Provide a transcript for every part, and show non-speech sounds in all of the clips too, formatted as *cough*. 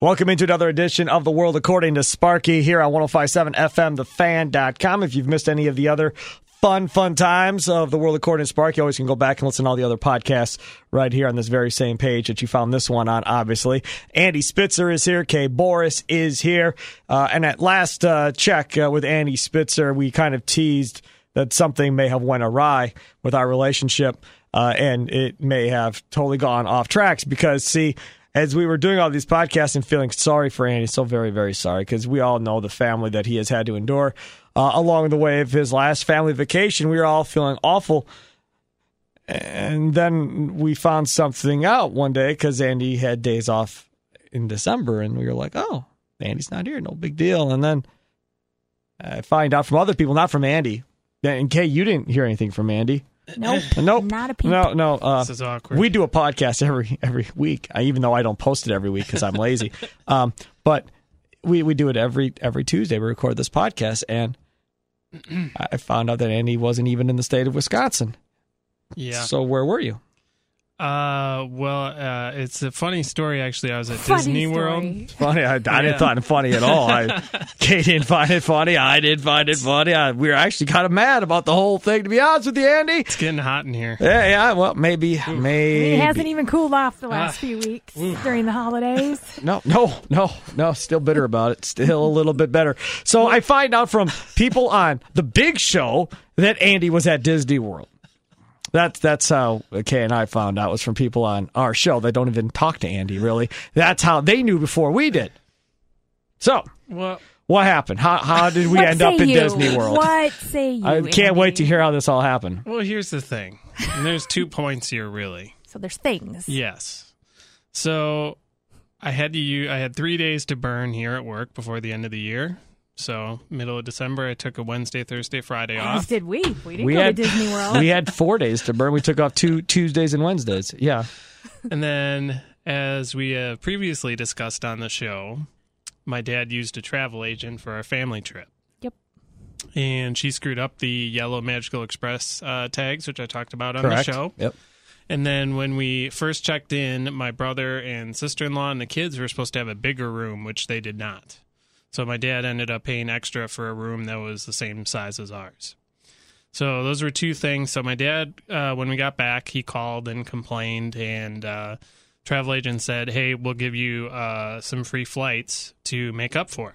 Welcome into another edition of The World According to Sparky here on 1057FMTheFan.com. If you've missed any of the other fun, fun times of The World According to Sparky, you always can go back and listen to all the other podcasts right here on this very same page that you found this one on, obviously. Andy Spitzer is here. Kay Boris is here. Uh, and at last uh, check uh, with Andy Spitzer, we kind of teased that something may have went awry with our relationship uh, and it may have totally gone off tracks because see as we were doing all these podcasts and feeling sorry for Andy, so very, very sorry, because we all know the family that he has had to endure uh, along the way of his last family vacation. We were all feeling awful. And then we found something out one day because Andy had days off in December, and we were like, oh, Andy's not here, no big deal. And then I find out from other people, not from Andy. And Kay, you didn't hear anything from Andy. Nope. *sighs* Nope. Not a peep. No, no. Uh, This is awkward. We do a podcast every every week, I, even though I don't post it every week because I'm *laughs* lazy. um, but we we do it every every Tuesday. We record this podcast, and I found out that Andy wasn't even in the state of Wisconsin. Yeah. So where were you? Uh, well, uh, it's a funny story actually. I was at Funny Disney story. World. Funny. I, I didn't Yeah. find it funny at all. *laughs* I, Kate didn't find it funny. I didn't find it funny. I, we were actually kind of mad about the whole thing, to be honest with you, Andy. It's getting hot in here. Yeah, yeah. Well, maybe, maybe. It hasn't even cooled off the Ah. last few weeks during the holidays. No, no, no, no. Still bitter about it. Still a little bit better. So I find out from people on the Big Show that Andy was at Disney World. That's that's how Kay and I found out was from people on our show that don't even talk to Andy really. That's how they knew before we did. So Well, what happened? How how did *laughs* we what end say up in you? Disney World? What say you? I can't Andy? wait to hear how this all happened. well, here's the thing. And *laughs* there's two points here, really. So there's things. Yes. So I had to u- I had three days to burn here at work before the end of the year. So middle of December, I took a Wednesday, Thursday, Friday As off. did we. We didn't We go had- to Disney World. We had four days to burn. We took off two Tuesdays and Wednesdays. Yeah. And then, as we have previously discussed on the show, my dad used a travel agent for our family trip. Yep. And she screwed up the yellow Magical Express uh, tags, which I talked about on Correct. the show. Yep. And then when we first checked in, my brother and sister in law and the kids were supposed to have a bigger room, which they did not. So my dad ended up paying extra for a room that was the same size as ours. So those were two things. So my dad, uh, when we got back, he called and complained, and uh, travel agent said, "Hey, we'll give you uh, some free flights to make up for it."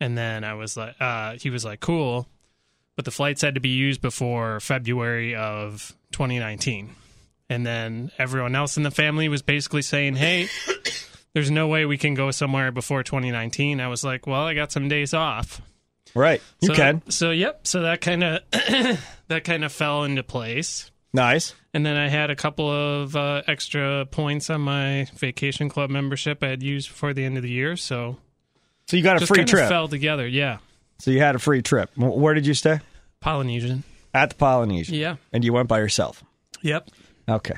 And then I was like, uh, he was like, "Cool," but the flights had to be used before February of 2019. And then everyone else in the family was basically saying, "Hey, there's no way we can go somewhere before 2019." I was like, "Well, I got some days off." Right. You so, can. So yep. So that kind of *clears throat* that kind of fell into place. Nice. And then I had a couple of uh, extra points on my vacation club membership I had used before the end of the year, so So you got a just free kinda trip. fell together. Yeah, So you had a free trip. W- Where did you stay? Polynesian. At the Polynesian. Yeah. And you went by yourself. Yep. Okay.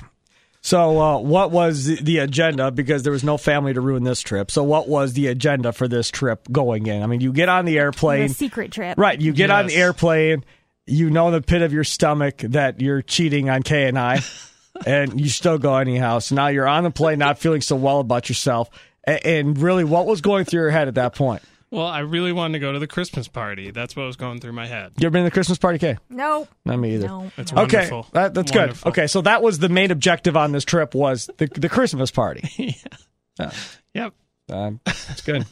So uh, what was the- the agenda? Because there was no family to ruin this trip. So what was the agenda for this trip going in? I mean, you get on the The airplane, secret trip. right? You get on the Yes. airplane. You know in the pit of your stomach that you're cheating on K and *laughs* I, and you still go anyhow. So now you're on the plane, not feeling so well about yourself. A- And really, what was going through your head at that point? Well, I really wanted to go to the Christmas party. That's what was going through my head. You ever been to the Christmas party, K? Nope. Not me either. No. That's no. Okay, Wonderful. that, that's Wonderful. good. Okay, so that was the main objective on this trip was the the Christmas *laughs* party. Yep. Um, that's good.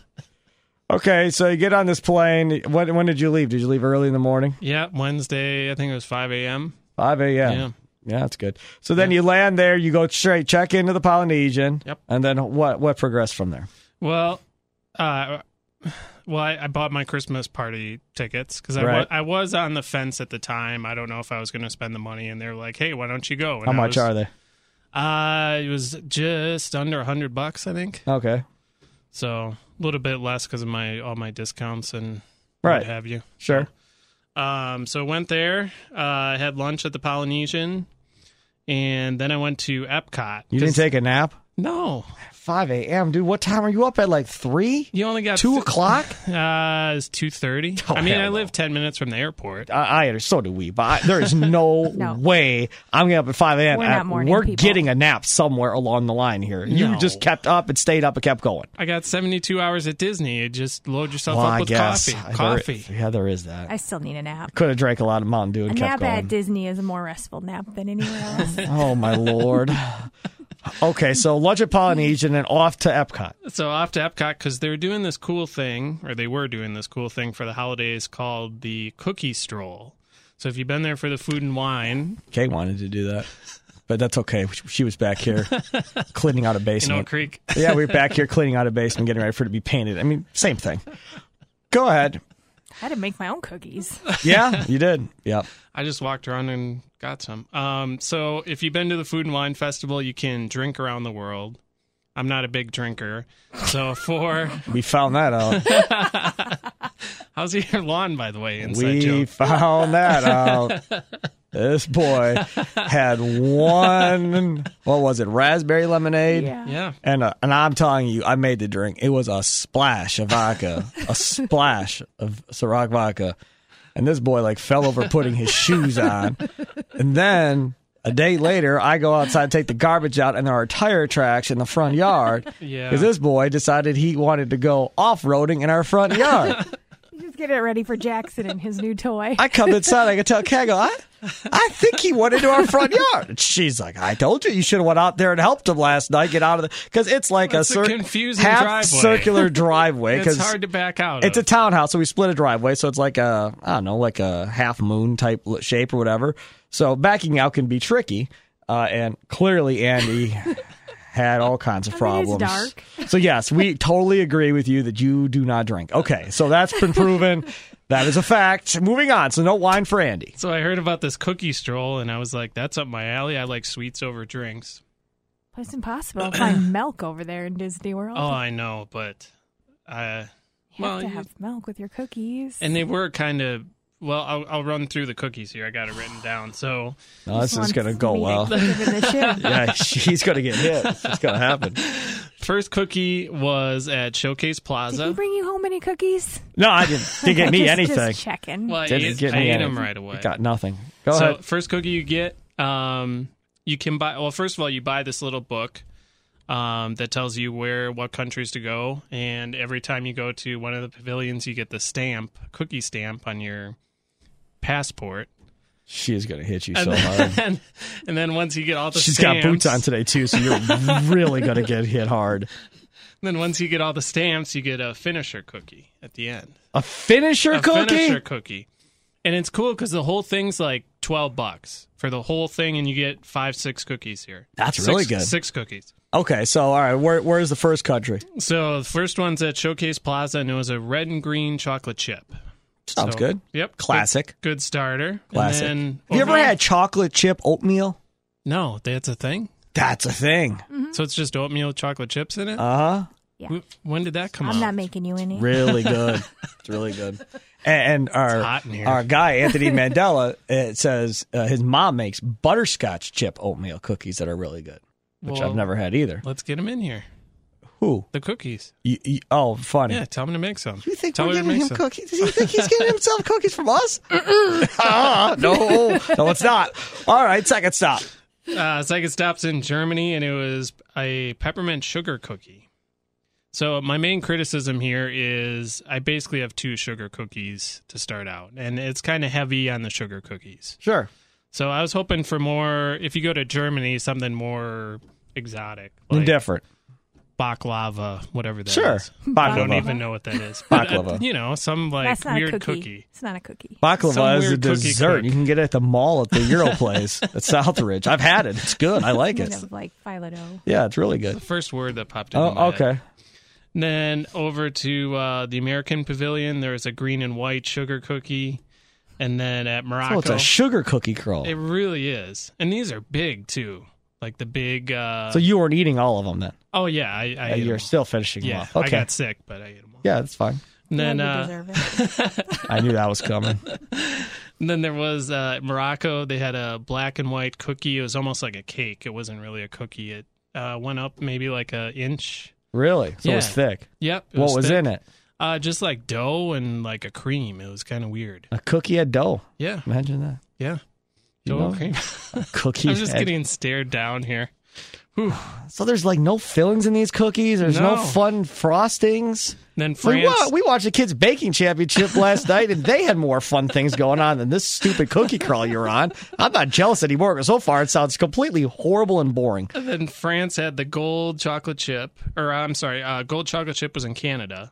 Okay, so you get on this plane. When, when did you leave? Did you leave early in the morning? Yeah. Wednesday, I think it was 5 a.m. Five a.m. Yeah. Yeah, that's good. So then you land there. You go straight check into the Polynesian. Yep. And then what what progressed from there? Well, uh, well, I, I bought my Christmas party tickets because I, wa- Right. I was on the fence at the time. I don't know if I was going to spend the money, and they're like, "Hey, why don't you go?" And How I much was- are they? Uh, it was just under a hundred bucks, I think. Okay, So a little bit less because of my all my discounts and Right. what have you. sure. Um, so went there. Uh, had lunch at the Polynesian, and then I went to Epcot. You didn't 'cause- take a nap. no. 5 a.m., dude. What time are you up at? Like 3? You only got 2 th- o'clock? Uh, it's two thirty. Oh, I mean, hell I no. live ten minutes from the airport. I, I so do we, but I, there is no, *laughs* No. way I'm getting up at 5 a.m. We're not Uh, morning we're people. getting a nap somewhere along the line here. You No. just kept up and stayed up and kept going. I got seventy two hours at Disney. You just load yourself Well, up I with guess. coffee. I- there- Coffee. yeah, there is that. I still need a nap. Could have drank a lot of Mountain Dew A and kept nap at going. Disney is a more restful nap *laughs* than anywhere else. Oh, *laughs* my Lord. okay, so lunch at Polynesian and off to Epcot. So off to Epcot because they're doing this cool thing, or they were doing this cool thing for the holidays called the Cookie Stroll. So if you've been there for the food and wine, Kay wanted to do that, but that's okay. She was *laughs* back here cleaning out a in Oak basement. Creek, *laughs* yeah, we were back here cleaning out a basement, getting ready for it to be painted. I mean, same thing. Go ahead. I had to make my *laughs* own cookies. Yeah, you did. Yeah. I just walked around and got some. Um, so if you've been to the Food and Wine Festival, you can drink around the world. I'm not a big drinker, so *laughs* for We found that out. *laughs* how's your lawn by the way? Inside we joke. found that out. This boy had one, what was it, raspberry lemonade? Yeah. Yeah, And, uh, and I'm telling you, I made the drink. It was a splash of vodka, a splash of Ciroc vodka. And this boy like fell over putting his shoes on. And then a day later, I go outside, take the garbage out, and there are tire tracks in the front yard. Yeah. Because this boy decided he wanted to go off roading in our front yard. You just get it ready for Jackson and his new toy. I come inside, I can tell Kay, I go, I, I think he went into our front yard. And she's like, I told you, you should have went out there and helped him last night. Get out of the because it's like It's a, a cir- confusing half driveway. circular driveway. it's Because hard to back out. it's a of. townhouse, so we split a driveway, so it's like a I don't know, like a half moon type l- shape or whatever. So backing out can be tricky, uh, and clearly Andy had all kinds I of mean, problems. it's dark. So yes, we totally agree with you that you do not drink. Okay, so that's been proven. that is a fact. Moving on. So no wine for Andy. so I heard about this cookie stroll, and I was like, "That's up my alley. I like sweets over drinks." It's impossible to find milk over there in Disney World. Oh, I know, but uh, you have to have milk with your cookies. and they were kind of. Well, I'll, I'll run through the cookies here. I got it written down. So No, this is Wants gonna go me to well. *laughs* give her the shit. yeah, she's gonna get hit. It's gonna happen. first cookie was at Showcase Did he Plaza. *laughs* bring you home any cookies? No, I didn't. *laughs* Didn't get me just, anything. Just checking. Well, I Didn't ate, get I me ate anything. them right away. Got nothing. Go so ahead. first cookie you get, um, you can buy. Well, first of all, you buy this little book um, that tells you where what countries to go, and every time you go to one of the pavilions, you get the stamp, cookie stamp on your passport. She is gonna hit you so hard. *laughs* and, and then once you get all the She's stamps, got boots on today too, so you're really *laughs* gonna get hit hard. Then once you get all the stamps, you get a finisher cookie at the end. A finisher A cookie. finisher cookie. And it's cool because the whole thing's like twelve bucks for the whole thing, and you get five, six cookies here. That's Six- really good. Six cookies. Okay, so all right, where where's the first country? So the first one's at Showcase Plaza, and it was a red and green chocolate chip. Sounds So- good. Yep, Classic. Good, good starter. Classic. And Have then you ever over- had chocolate chip oatmeal? No, that's a thing. That's a thing. Mm-hmm. So it's just oatmeal with chocolate chips in it. Uh huh. Yeah. Wh- When did that come I'm out? not making you any. *laughs* Really good. it's really good. And, and our hot in here. our guy *laughs* Anthony Mandela it says uh, his mom makes butterscotch chip oatmeal cookies that are really good, which Well, I've never had either. Let's get them in here. Who? The cookies. You, you- oh, funny. Yeah, tell him to make some. You think tell we're her to giving make some. him cookies? Do you think *laughs* he's giving himself cookies from us? Ah, Uh-uh. *laughs* no, no, it's not. All right, second stop. Uh, second stop's in Germany, and it was a peppermint sugar cookie. So my main criticism here is I basically have two sugar cookies to start out, and it's kind of heavy on the sugar cookies. Sure. So I was hoping for more. If you go to Germany, something more exotic, like Indifferent. baklava, whatever that is. Sure. I don't Baklava. even know what that is. But, uh, Baklava. you know, some like That's not weird a cookie. cookie. It's not a cookie. Baklava Some is a weird cookie dessert. cook. You can get it at the mall at the *laughs* Euro place at Southridge. I've had it. It's good. I like Kind it. of like Phyllo. Yeah, it's really good. First word that popped into my Oh, head. okay. Then over to uh, the American Pavilion, there was a green and white sugar cookie, and then at Oh, it's Morocco, a sugar cookie curl. it really is. And these are big too, like the big. Uh, So you weren't eating all of them then. oh yeah, I, I ate 'em You're all. still finishing them yeah, off. I Okay. got sick, but I ate them all. Yeah, that's fine. And then, yeah, you uh, deserve it. I knew that was coming. and then there was uh, Morocco. They had a black and white cookie. It was almost like a cake. It wasn't really a cookie. It uh, went up maybe like an inch. Really? So it was Yeah. thick. Yep. it what was thick. in it? Uh, just like dough and like a cream. It was kind of weird. A cookie a dough. Yeah. Imagine that. Yeah. You dough know? and cream. *laughs* Cookie. I'm just head. getting stared down here. So there's like no fillings in these cookies. There's no, No. fun frostings. Then Like, France. what? We watched the kids' baking championship last *laughs* night, and they had more fun things going on than this stupid cookie crawl you're on. I'm not jealous anymore. But so far, it sounds completely horrible and boring. Then France had the gold chocolate chip, or I'm sorry, uh, gold chocolate chip was in Canada.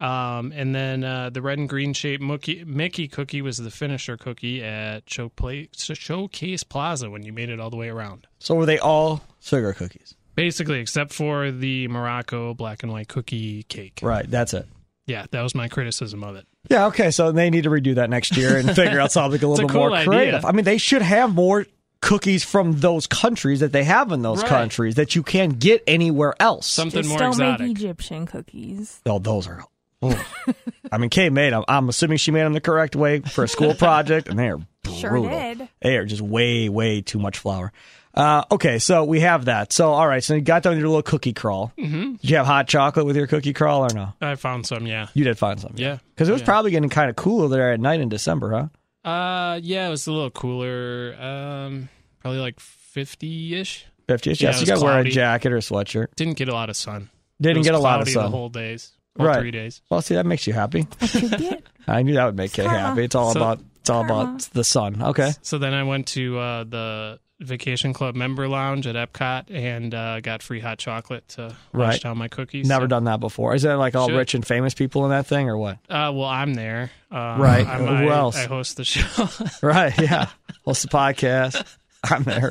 Um, and then uh, the red and green shaped Mookie, Mickey cookie was the finisher cookie at Show Pla- Showcase Plaza when you made it all the way around. So were they all sugar cookies? Basically, except for the Morocco black and white cookie cake. Right. That's it. Yeah, that was my criticism of it. Yeah, okay. So they need to redo that next year *laughs* and figure out something a little a bit cool more idea. creative. I mean, they should have more cookies from those countries that they have in those Right. countries that you can't get anywhere else. Something Just more don't exotic. make Egyptian *laughs* cookies. oh, those are. mm. *laughs* I mean, Kay made them. I'm assuming she made them the correct way for a school project, and they are brutal. Sure did. They are just way, way too much flour. Uh, okay, so we have that. So, all right, so you got done with your little cookie crawl. Mm-hmm. Did you have hot chocolate with your cookie crawl or no? I found some, yeah. You did find something. Yeah. Because it was Yeah. probably getting kind of cooler there at night in December, huh? Uh, yeah, it was a little cooler. Um, probably like 50 ish. 50 ish. Yeah, Yes, it you was got to wear a cloudy. jacket or a sweatshirt. Didn't get a lot of sun. It Didn't was get a lot of cloudy sun. The whole days, all Right. three days. well, see, that makes you happy. You get- I knew that would make Kay Karma. happy. It's all So- about it's all Karma. about the sun. Okay. So then I went to uh, the Vacation Club member lounge at Epcot and uh, got free hot chocolate to Right. wash down my cookies. Never So- done that before. Is that like all Should. rich and famous people in that thing or what? *laughs* Uh, well, I'm there. Uh, Right. I'm, Who I, else? I host the *laughs* show. Right. Yeah. Host the podcast. *laughs* I'm there.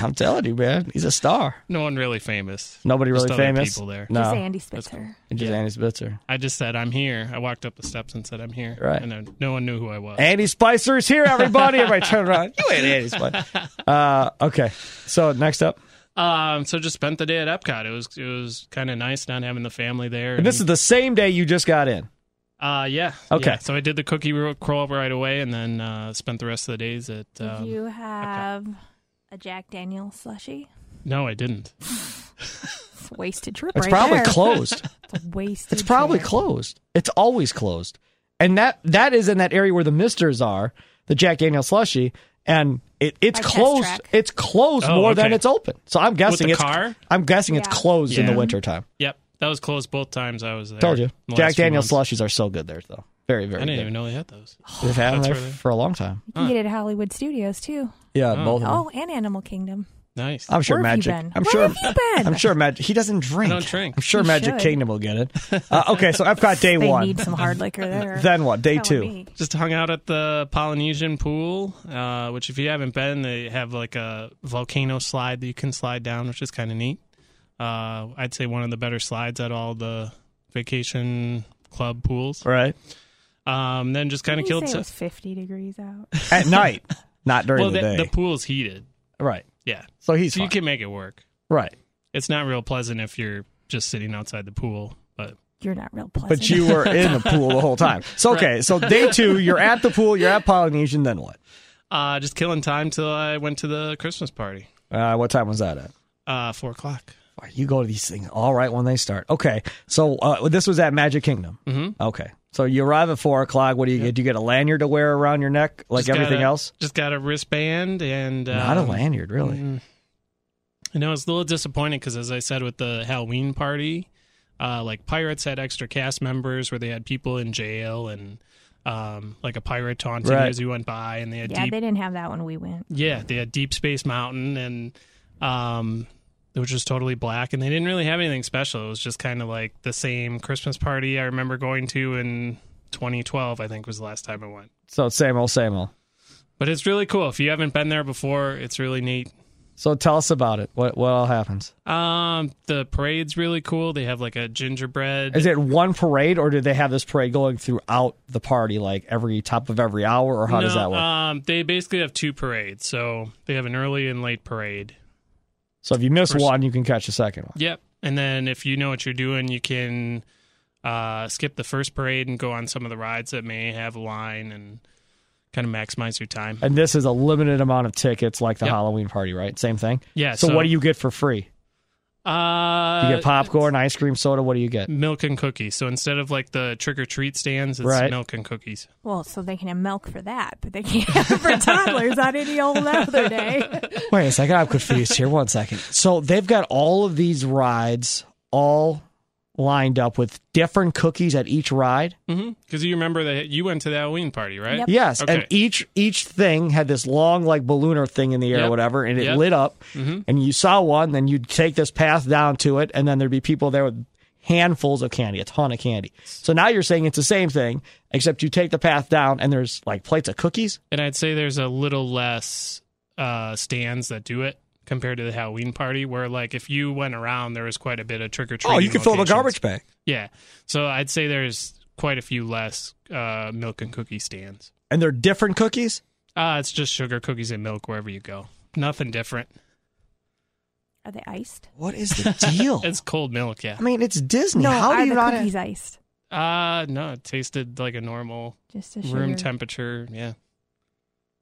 I'm telling you, man. He's a star. no one really famous. Nobody Just really other famous. people Oh. there. Just *laughs* No. Andy Spitzer. Just Yeah. Andy Spitzer. I just said I'm here. I walked up the steps and said I'm here. Right. And then no one knew who I was. Andy Spicer's here, everybody. Everybody turn around. You ain't *laughs* Andy Spicer. Uh, okay. So next up. Um, so just spent the day at Epcot. It was it was kind of nice not having the family there. And this is the same day you just got in. uh, yeah. Okay. yeah. So I did the cookie ro- crawl right away, and then uh, spent the rest of the days at. Did Um, you have a Jack Daniel slushie? no, I didn't. It's a wasted trip It's right probably there. *laughs* closed. It's a wasted It's probably trip. closed. It's always closed. And that that is in that area where the misters are, the Jack Daniel slushy, and it, it's By Test closed. Track. It's closed Oh, more than okay. it's open. So I'm guessing the it's car? I'm guessing it's Yeah. closed in the Yeah. wintertime. Yep, that was closed both times I was there. Told you. in the Jack last few Daniel months. slushies are so good there though. Very, very I didn't good. even know they had *sighs* those. They've had them That's there where they- for a long time. You can get it at Hollywood Studios too. Yeah, Oh. both of them. Oh, and Animal Kingdom. Nice. I'm sure Where have magic. you been? I'm Where sure have you been? I'm sure magic he doesn't drink. don't drink. I'm sure He Magic should. Kingdom will get it. Uh, okay, so *laughs* I've got day They one. need some hard liquor *laughs* there. Then what? Day Telling two. me. Just hung out at the Polynesian pool, uh, which if you haven't been, they have like a volcano slide that you can slide down, which is kind of neat. Uh, I'd say one of the better slides at all the vacation club pools. Right. Um, then just kind of Didn't you killed. say so- it was 50 degrees out. At night. Not during well, the day. the, the pool's heated. right. Yeah, So he's so you fine. can make it work. right. It's not real pleasant if you're just sitting outside the pool, but You're not real pleasant. But you were in the pool the whole time. So okay, *laughs* so day two, you're at the pool, you're at Polynesian. Then what? uh, just killing time till I went to the Christmas party. Uh, what time was that at? Uh, four o'clock. Boy, You go to these things all right when they start. Okay, so uh, this was at Magic Kingdom. Mm-hmm. Okay, so you arrive at four o'clock. What do you get? Do you get a lanyard to wear around your neck, like Just got everything a- else? Just got a wristband and um, Not a lanyard, mm. really. You know, I was a little disappointed because, as I said, with the Halloween party, uh, like pirates had extra cast members where they had people in jail and um, like a pirate taunting Right. you as you went by, and they had yeah, deep they didn't have that when we went. Yeah, they had Deep Space Mountain, and um, it was just totally black, and they didn't really have anything special. It was just kind of like the same Christmas party I remember going to in 2012. I think was the last time I went. So same old, same old. But it's really cool. If you haven't been there before, it's really neat. So tell us about it. What what all happens? Um, the parade's really cool. They have like a gingerbread. Is it one parade, or do they have this parade going throughout the party, like every top of every hour, or how does No, that work? Um, they basically have two parades. So they have an early and late parade. so if you miss first- one, you can catch the second one. Yep. And then if you know what you're doing, you can uh, skip the first parade and go on some of the rides that may have a line and kind of maximize your time. And this is a limited amount of tickets, like the Yep. Halloween party, right? Same thing. Yeah, So, so- what do you get for free? Uh, You get popcorn, ice cream, soda. What do you get? milk and cookies. So instead of like the trick or treat stands, it's Right. milk and cookies. Well, so they can have milk for that, but they can't have *laughs* it for toddlers on any old other day. Wait a second, I'm confused here. One second. So they've got all of these rides all lined up with different cookies at each ride. Because Mm-hmm. you remember that you went to the Halloween party, right? Yep. Yes, and Okay. each each thing had this long like ballooner thing in the air or Yep. whatever, and it Yep. lit up. Mhm. And you saw one, then you'd take this path down to it, and then there'd be people there with handfuls of candy, a ton of candy. So now you're saying it's the same thing, except you take the path down, and there's like plates of cookies. And I'd say there's a little less uh, stands that do it compared to the Halloween party, where like if you went around, there was quite a bit of trick or Oh, treat. bag. Yeah. So I'd say there's quite a few less uh, milk and cookie stands. And they're different cookies. Uh, it's just sugar cookies and milk wherever you go. Nothing different. Are they iced? What is *laughs* the deal? It's cold milk, yeah. I mean, it's Disney. No, How are do you the not? cookies iced? Uh no, it tasted like a normal Just a sugar. room temperature. Yeah.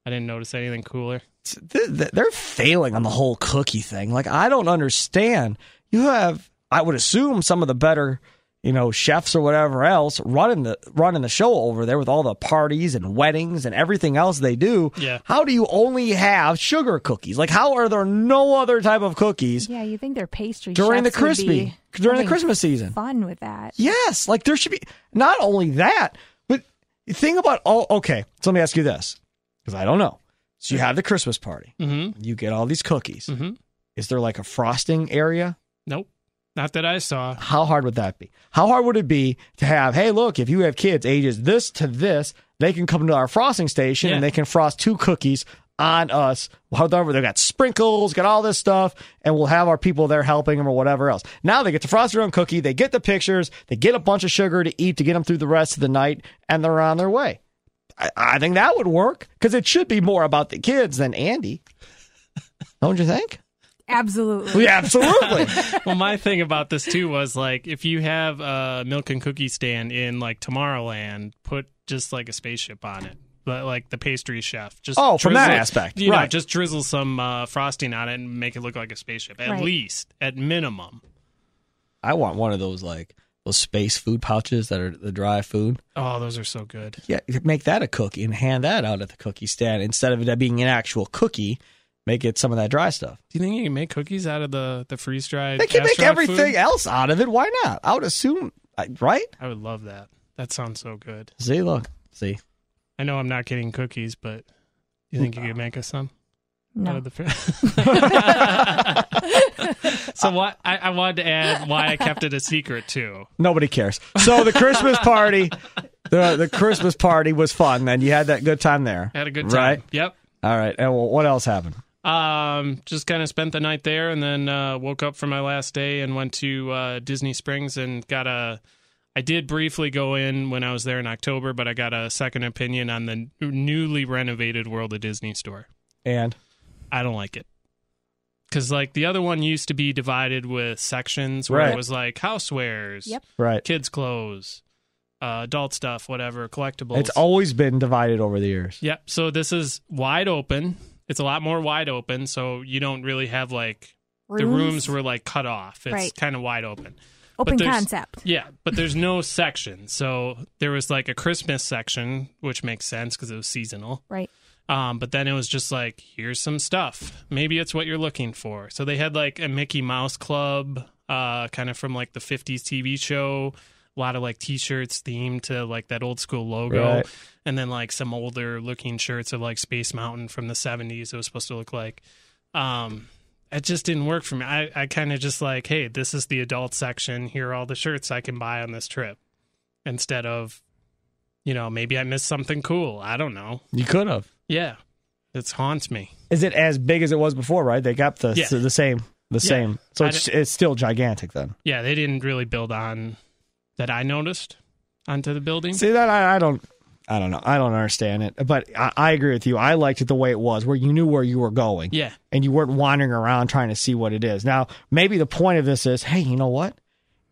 I didn't notice anything cooler. th- th- they're failing on the whole cookie thing. Like I don't understand. You have, I would assume, some of the better, you know, chefs or whatever else running the running the show over there with all the parties and weddings and everything else they do. Yeah. How do you only have sugar cookies? Like how are there no other type of cookies Yeah, you think they're pastry during the chefs would crispy be during the having Christmas season? Fun with that. Yes, like there should be not only that, but think about all. Okay, so let me ask you this because I don't know. So you have the Christmas party, Mm-hmm. you get all these cookies. Mm-hmm. Is there like a frosting area? Nope. Not that I saw. How hard would that be? How hard would it be to have, hey, look, if you have kids ages this to this, they can come to our frosting station Yeah. and they can frost two cookies on us. However, they've got sprinkles, got all this stuff, and we'll have our people there helping them or whatever else. Now they get to frost their own cookie, they get the pictures, they get a bunch of sugar to eat to get them through the rest of the night, and they're on their way. I, I think that would work because it should be more about the kids than Andy. Don't you think? Absolutely. Yeah, *laughs* absolutely. *laughs* well, my thing about this too was like if you have a milk and cookie stand in like Tomorrowland, put just like a spaceship on it. But like the pastry chef, just Oh, from that aspect. you know, Right. just drizzle some uh, frosting on it and make it look like a spaceship, at Right. least, at minimum. I want one of those like those space food pouches that are the dry food. Oh, those are so good. Yeah, make that a cookie and hand that out at the cookie stand instead of it being an actual cookie. Make it some of that dry stuff. Do you think you can make cookies out of the the freeze dried? They can make everything else out of it. Why not? I would assume, I- right? I would love that. That sounds so good. See, look, see, I know I'm not getting cookies, but you think you could make us some? out No. of the *laughs* fr- so what I, I wanted to add why I kept it a secret too. Nobody cares. So the Christmas party, *laughs* the the Christmas party was fun, and you had that good time there. Had a good Right. time. Yep. All right. And well, what else happened? Um, just kind of spent the night there, and then uh, woke up for my last day and went to uh, Disney Springs and got a. I did briefly go in when I was there in October, but I got a second opinion on the newly renovated World of Disney store. And I don't like it. Because, like, the other one used to be divided with sections where Right. it was like housewares, Yep. right, kids' clothes, uh, adult stuff, whatever, collectibles. it's always been divided over the years. Yep. So this is wide open. It's a lot more wide open. So you don't really have like the rooms were like cut off. It's Right. kind of wide open. but open there's- concept. Yeah, but there's no section. So there was like a Christmas section, which makes sense because it was seasonal. Right. Um, but then it was just like, here's some stuff. Maybe it's what you're looking for. So they had like a Mickey Mouse Club, uh, kind of from like the 50s TV show. A lot of like T-shirts themed to like that old school logo, Right. and then like some older looking shirts of like Space Mountain from the 70s. It was supposed to look like. Um, it just didn't work for me. I, I kind of just like, hey, this is the adult section. Here are all the shirts I can buy on this trip, instead of, you know, maybe I missed something cool. I don't know. you could have. Yeah. It haunts me. Is it as big as it was before? Right, they got the Yeah. so the same the Yeah. same. So I it's it's still gigantic then. Yeah, they didn't really build on that I noticed onto the building. See that I, I don't. I don't know. I don't understand it, but I, I agree with you. I liked it the way it was, where you knew where you were going. Yeah. and you weren't wandering around trying to see what it is. Now, maybe the point of this is, hey, you know what?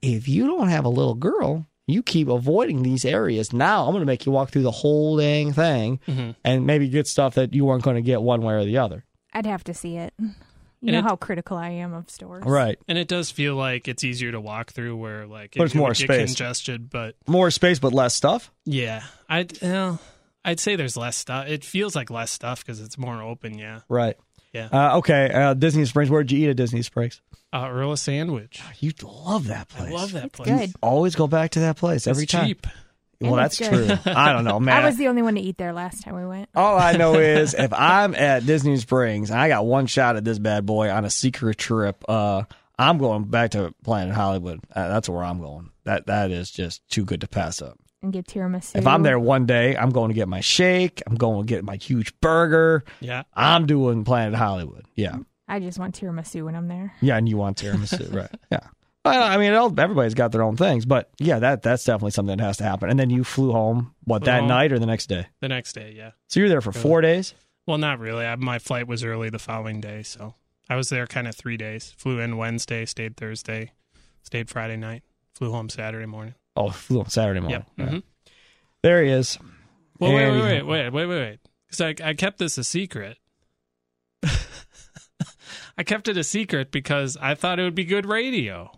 If you don't have a little girl, you keep avoiding these areas. Now I'm going to make you walk through the whole dang thing Mhm. and maybe get stuff that you weren't going to get one way or the other. I'd have to see it. You And know it- how critical I am of stores. Right. And it does feel like it's easier to walk through where like it But it's could more get space. congested, but More space, but less stuff. yeah, I'd well, I'd say there's less stuff. It feels like less stuff because it's more open. Yeah, Right. Yeah. Uh, okay. Uh, Disney Springs. Where'd you eat at Disney Springs? uh, Earl of Sandwich. You love that place. I love that place. good. Always go back to that place every it's time. cheap. Well, And that's it's true. I don't know, man. I was the only one to eat there last time we went. All I know is if I'm at Disney Springs and I got one shot at this bad boy on a secret trip, uh, I'm going back to Planet Hollywood. Uh, that's where I'm going. That that is just too good to pass up. And get tiramisu. If I'm there one day, I'm going to get my shake. I'm going to get my huge burger. Yeah, I'm doing Planet Hollywood. Yeah, I just want tiramisu when I'm there. yeah, and you want *laughs* tiramisu, right? Yeah. Well, I mean, it all, everybody's got their own things, but yeah, that that's definitely something that has to happen. And then you flew home, what Flew that home. night or the next day? the next day. Yeah. So you were there for four days. Well, not really. I, my flight was early the following day, so I was there kind of three days. Flew in Wednesday, stayed Thursday, stayed Friday night, flew home Saturday morning. Oh, flew on Saturday morning. Yep. hmm There he is. Well, wait, And- wait, wait, wait, wait, wait, wait. Because I, I kept this a secret. *laughs* I kept it a secret because I thought it would be good radio.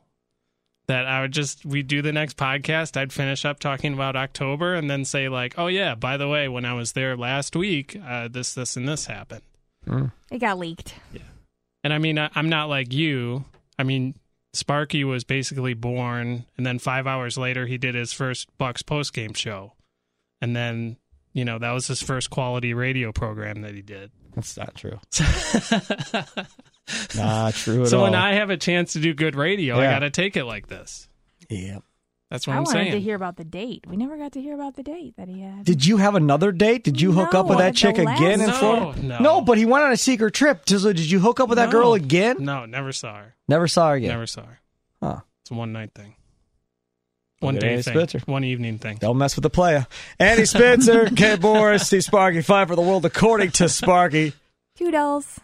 That I would just we do the next podcast. I'd finish up talking about October and then say like, oh yeah, by the way, when I was there last week, uh, this, this, and this happened. It got leaked. And I mean, I, I'm not like you. I mean, Sparky was basically born, and then five hours later, he did his first Bucks postgame show, and then you know that was his first quality radio program that he did. That's not true. so Not true *laughs* at all. when I have a chance to do good radio, I Yeah. got to take it like this. yeah. That's what I am wanted saying. to hear about the date. We never got to hear about the date that he had. Did you have another date? Did you hook up with No, that the chick last- again in no, Florida? no, but he went on a secret trip. So Did you hook up with that No. girl again? no, never saw her. Never saw her again. Never saw her. Huh. It's a one night thing. One at day Andy thing. Spitzer. One evening thing. Don't mess with the player. *laughs* Andy Spencer, Kay Boris, Steve Sparky, five for the world according to Sparky. Toodles.